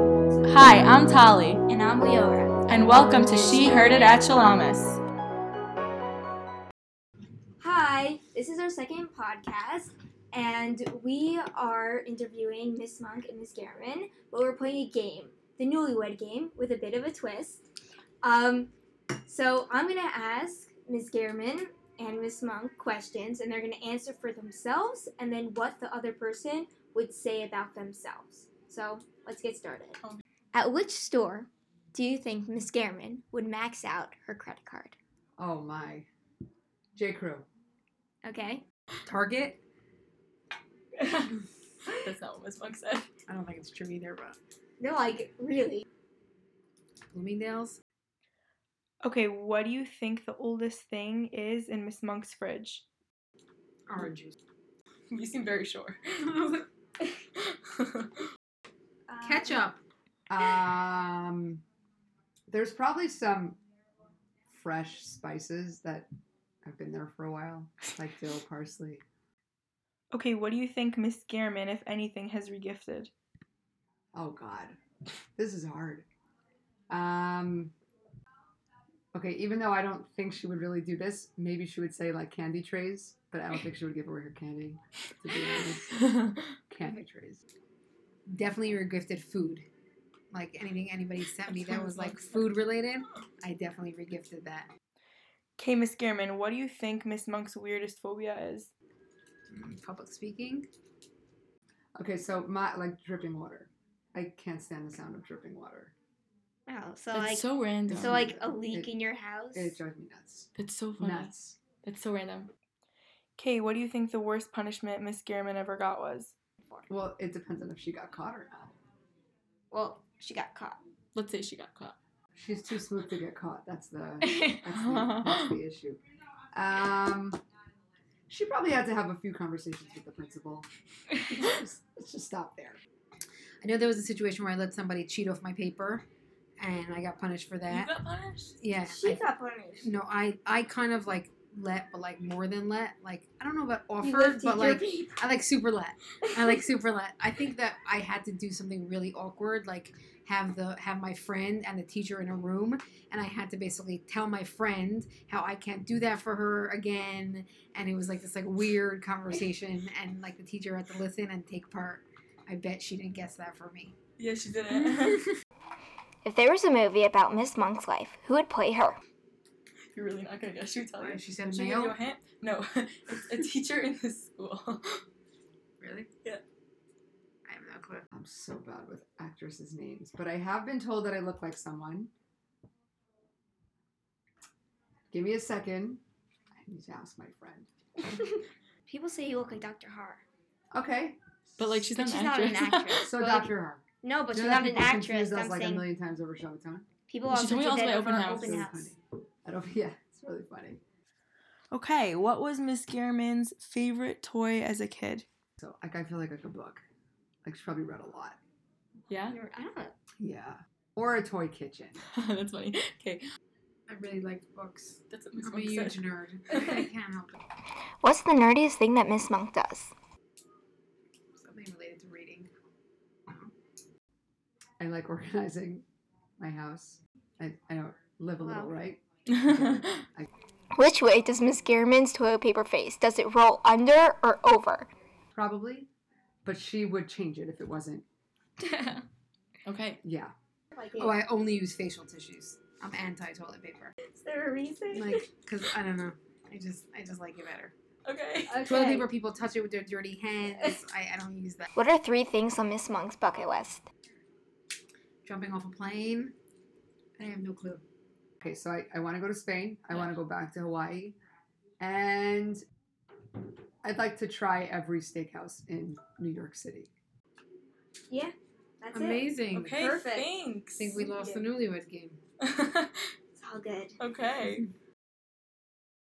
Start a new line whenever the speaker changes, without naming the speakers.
Hi, I'm Tali,
And I'm Leora.
and welcome to She Heard It at Chalamas.
Hi, this is our second podcast, and we are interviewing Miss Monk and Miss Garman, but we're playing a game, the newlywed game, with a bit of a twist. Um, so I'm gonna ask Miss Garman and Miss Monk questions, and they're gonna answer for themselves and then what the other person would say about themselves. So let's get started.
Okay.
At which store do you think Miss Garman would max out her credit card?
Oh my. J. Crew.
Okay.
Target?
That's not what Miss Monk said.
I don't think it's true either, but
No, like really.
Bloomingdale's?
Okay, what do you think the oldest thing is in Miss Monk's fridge?
Orange juice.
You seem very sure.
Um,
Ketchup. Um there's probably some fresh spices that have been there for a while. Like dill parsley.
Okay, what do you think Miss Gehrman, if anything, has regifted?
Oh god. This is hard. Um Okay, even though I don't think she would really do this, maybe she would say like candy trays, but I don't think she would give away her candy. To be honest. candy trays.
definitely regifted food. Like anything anybody sent me that was like food related, I definitely regifted that.
Okay, Miss Gehrman, what do you think Miss Monk's weirdest phobia is?
Mm, Public speaking.
Okay, so my like dripping water. I can't stand the sound of dripping water.
Um, Wow. So
That's
like so,
so random.
so,
like a leak
It-
in your house.
It drives me nuts.
That's so funny.
Nuts.
That's so random.
Okay, what do you think the worst punishment Miss Gehrman ever got was?
Well, it depends on if she got caught or not.
well, she got caught.
Let's say she got caught.
She's too smooth to get caught. That's the that's the, that's the issue. Um, she probably had to have a few conversations with the principal. Let's just, let's just stop there.
I know there was a situation where I let somebody cheat off my paper and I got punished for
you
that.
got punished?
yeah.
She
I- Mm,
got punished.
no, I I kind of like let but like more than let. Like I don't know about
You
offered,
lifted
but
your
like
paper.
I like super let. I like super let. I think that I had to do something really awkward, like have the have my friend and the teacher in a room, and I had to basically tell my friend how I can't do that for her again. And it was like this like weird conversation, and like the teacher had to listen and take part. I bet she didn't guess that for me.
Yeah, she did it.
If there was a movie about Miss Monk's life, who would play her?
You're really not gonna guess. Should we tell you?
Why, She said
Should
a
we give you a
male.
hint? No, it's a teacher in this school.
Really?
Yeah.
I have no clue.
I'm so bad with actresses' names, but I have been told that I look like someone. Give me a second. I need to ask my friend.
People say you look like Dr. Har.
Okay.
But like she's,
But
not,
she's not an actress.
So
But, like,
Dr. Harm.
no, but
You
she's
know that
not an
people confuse
actress.
us,
I'm
like a
saying
million times over Shabbaton.
people
She
also
told me
do
also
that
my
over
open
our
house.
open
Really
house.
funny. I don't. Yeah, it's really funny.
Okay, what was Miss Gehrman's favorite toy as a kid?
So like, I feel like I could book. Like she probably read a lot.
Yeah,
You're- I don't know.
Yeah. Or a toy kitchen.
that's funny. Okay,
I really liked books.
that's what Miss
I'm a
Monk said.
huge nerd. I can't help it.
What's the nerdiest thing that Miss Monk does?
Something related to reading.
I like organizing my house. I, I don't live a little,
Wow.
right?
Which way does Miss Gehrman's toilet paper face? Does it roll under or over?
Probably. But she would change it if it wasn't.
okay.
Yeah.
Like,
Oh, I only use facial tissues. I'm anti toilet paper.
is there a reason?
Like, cause I don't know. I just I just like it better.
Okay.
okay.
Toilet paper people touch it with their dirty hands. I, I don't use that.
What are three things on Miss Monk's bucket list?
Jumping off a plane. I have no clue.
Okay, so I, I want to go to Spain. I
Yeah.
want to go back to Hawaii. And I'd like to try every steakhouse in New York City.
Yeah, that's it.
Amazing.
Okay.
Perfect.
I
Thanks.
think we lost the newlywed game.
It's all good.
okay.